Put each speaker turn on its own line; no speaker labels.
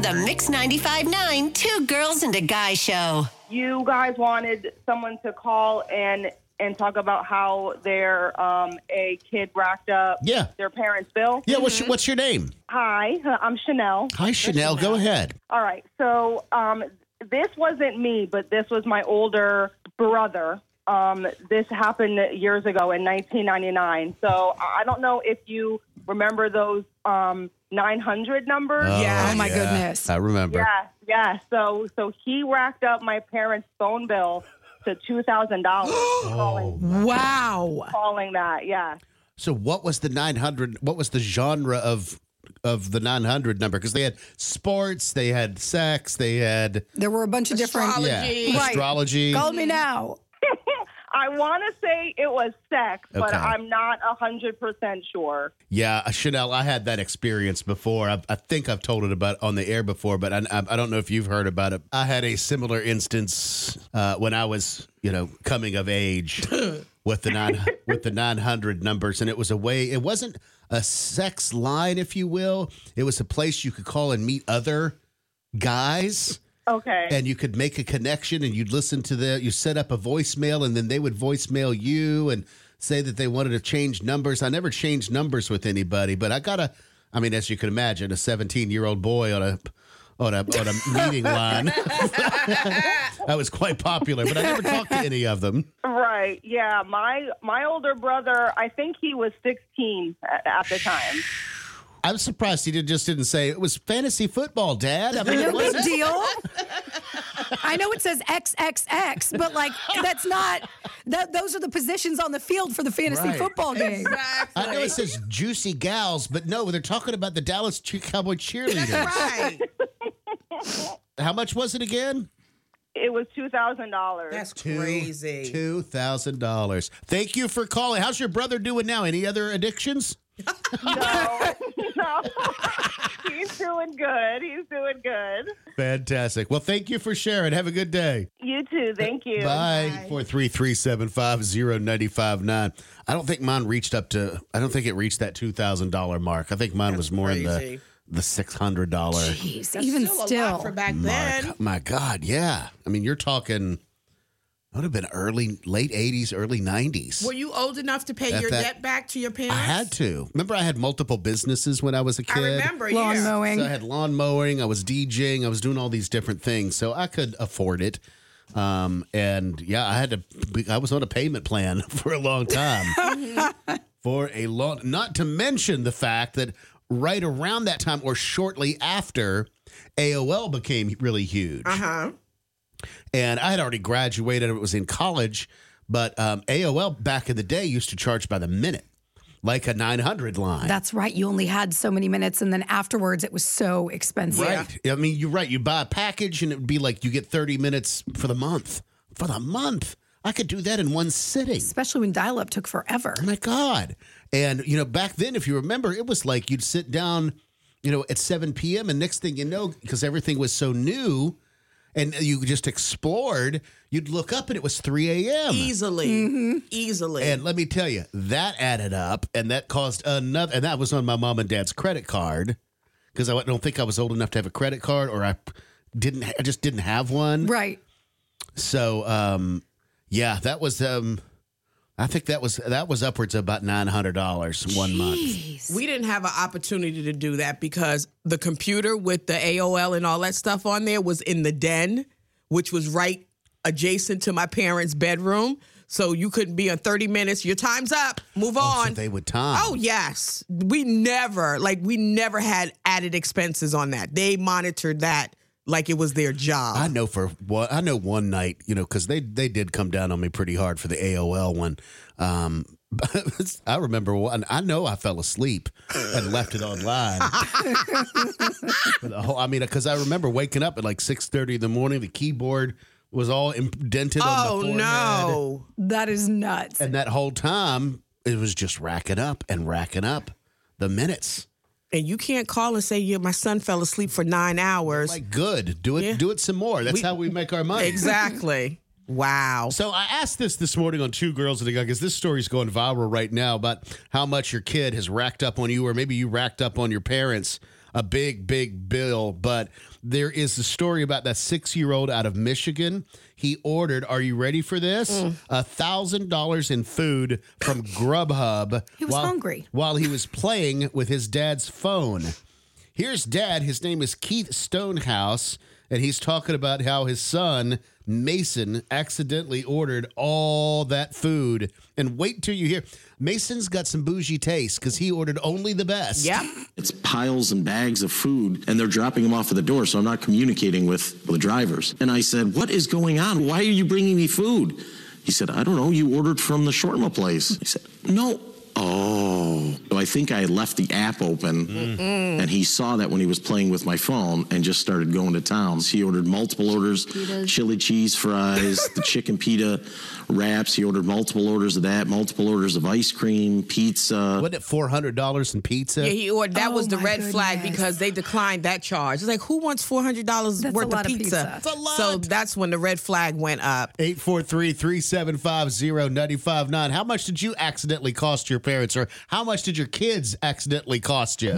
the Mix 95.9 Two Girls and a Guy Show.
you guys wanted someone to call and and talk about how their um, a kid racked up
Yeah.
their parents' bill.
Yeah, what's
Mm-hmm.
your, what's your name?
Hi, I'm Chanel.
Hi, Chanel. Go ahead.
All right, so um, this wasn't me, but this was my older brother. Um, this happened years ago in 1999. So I I don't know if you remember those um, 900 numbers.
yeah. Oh my goodness.
I remember.
Yeah, yeah. So so he racked up my parents' phone bill to two thousand dollars.
Oh.
calling,
Wow.
calling that, yeah.
So what was the 900 what was the genre of of the 900 number because they had sports, they had sex, they had
There were a bunch of different.
yeah,
Astrology. Right.
astrology.
Call me now.
I want to say it was sex, but
Okay.
I'm not a hundred percent sure.
Yeah, uh, Chanel, I had that experience before. I, I think I've told it about on the air before, but I, I, I don't know if you've heard about it. I had a similar instance uh, when I was, you know, coming of age with the nine with the nine hundred numbers, and it was a way. It wasn't a sex line, if you will. It was a place you could call and meet other guys
Okay.
and you could make a connection and you'd listen to the you set up a voicemail and then they would voicemail you and say that they wanted to change numbers i never changed numbers with anybody but i got a i mean as you can imagine a 17 year old boy on a on a on a meeting line i was quite popular but i never talked to any of them
right. Yeah. My my older brother, I think he was 16 at, at the time.
i'm surprised he did, just didn't say it was fantasy football dad i mean it
No
was
big deal. I know it says XXX, but like that's not. That those are the positions on the field for the fantasy
Right.
football game.
I know it says juicy gals, but no, they're talking about the Dallas Che- Cowboy cheerleaders.
Right.
How much was it again?
It was two thousand dollars.
That's crazy.
Two thousand dollars. Thank you for calling. How's your brother doing now? Any other addictions?
No, no. He's doing good. He's doing good.
Fantastic. Well, thank you for sharing. Have a good day.
You too. Thank you.
Bye. Four three three seven five zero ninety five nine. I don't think mine reached up to. I don't think it reached that two thousand dollar mark. I think mine was more in
crazy.
the the six hundred dollar
Jeez, even
still, a
still.
lot for back then.
mark. My God, yeah. I mean, you're talking. It would have been early, late eighties, early nineties.
Were you old enough to pay
At
your
that-
debt back to your
I
parents?
had to. Remember, I had multiple businesses when I was a kid.
I remember.
lawn
yeah.
mowing.
So I had lawn mowing. I was DJing. I was doing all these different things, so I could afford it. Um, and yeah, I had to. be- I was on a payment plan for a long time. for a long, not to mention the fact that right around that time or shortly after, AOL became really huge
Uh huh.
and I had already graduated. It was in college, but um, AOL back in the day used to charge by the minute, like a 900 line.
That's right. You only had so many minutes, and then afterwards, it was so expensive.
right. I mean, you're right. You buy a package and it would be like you get 30 minutes for the month. For the month. I could do that in one sitting.
Especially when dial-up took forever.
Oh my God. And, you know, back then, if you remember, it was like you'd sit down, you know, at 7 p.m. and next thing you know, because everything was so new and you just explored, you'd look up and it was 3 a.m.
Easily.
Mm-hmm.
Easily.
And let me tell you, that added up, and that caused another. And that was on my mom and dad's credit card because I don't think I was old enough to have a credit card, or I didn't. I just didn't have one.
Right.
So, um, yeah, that was. Um, I think that was that was upwards of about nine hundred dollars one month.
we didn't have an opportunity to do that because the computer with the AOL and all that stuff on there was in the den, which was right adjacent to my parents' bedroom. So you couldn't be on 30 minutes. Your time's up. Move on.
Oh, So they would time.
Oh yes, we never like we never had added expenses on that. They monitored that like it was their job.
I know for one. I know one night, you know, because they they did come down on me pretty hard for the AOL one. Um, but I remember one. I know I fell asleep and left it online. For the whole, I mean, because I remember waking up at like six thirty in the morning. The keyboard was all indented.
oh
on the forehead.
no,
That is nuts.
And that whole time, it was just racking up and racking up the minutes.
and you can't call and say, "Yeah, my son fell asleep for nine hours."
Like, good, do it,
Yeah.
do it some more. That's how we make our money.
exactly. wow.
So I asked this this morning on Two Girls and a Guy because this story's going viral right now about how much your kid has racked up on you, or maybe you racked up on your parents a big, big bill. But there is the story about that six year old out of Michigan. He ordered, are you ready for this?
Mm.
A thousand dollars in food from Grubhub.
He was hungry.
While he was playing with his dad's phone. Here's dad. His name is Keith Stonehouse, and he's talking about how his son, Mason, accidentally ordered all that food. And wait till you hear Mason's got some bougie taste because he ordered only the best.
Yep.
It's piles and bags of food, and they're dropping them off at the door, so I'm not communicating with the drivers. And I said, What is going on? Why are you bringing me food? He said, I don't know. You ordered from the shawarma place. He said, No. Oh. So I think I left the app open, and he saw that when he was playing with my phone and just started going to town. So he ordered multiple orders chili cheese fries, the chicken pita wraps. He ordered multiple orders of that, multiple orders of ice cream, pizza.
Wasn't it four hundred dollars in pizza?
Yeah, he ordered. That
Oh,
was the
my
red flag
goodness.
because they declined that charge. It's like who wants four hundred dollars
That's a
worth
lot of
pizza?
pizza. That's
a lot.
So that's when the red flag went up.
843-375-0959. How much did you accidentally cost your parents or how much did your kids accidentally cost you?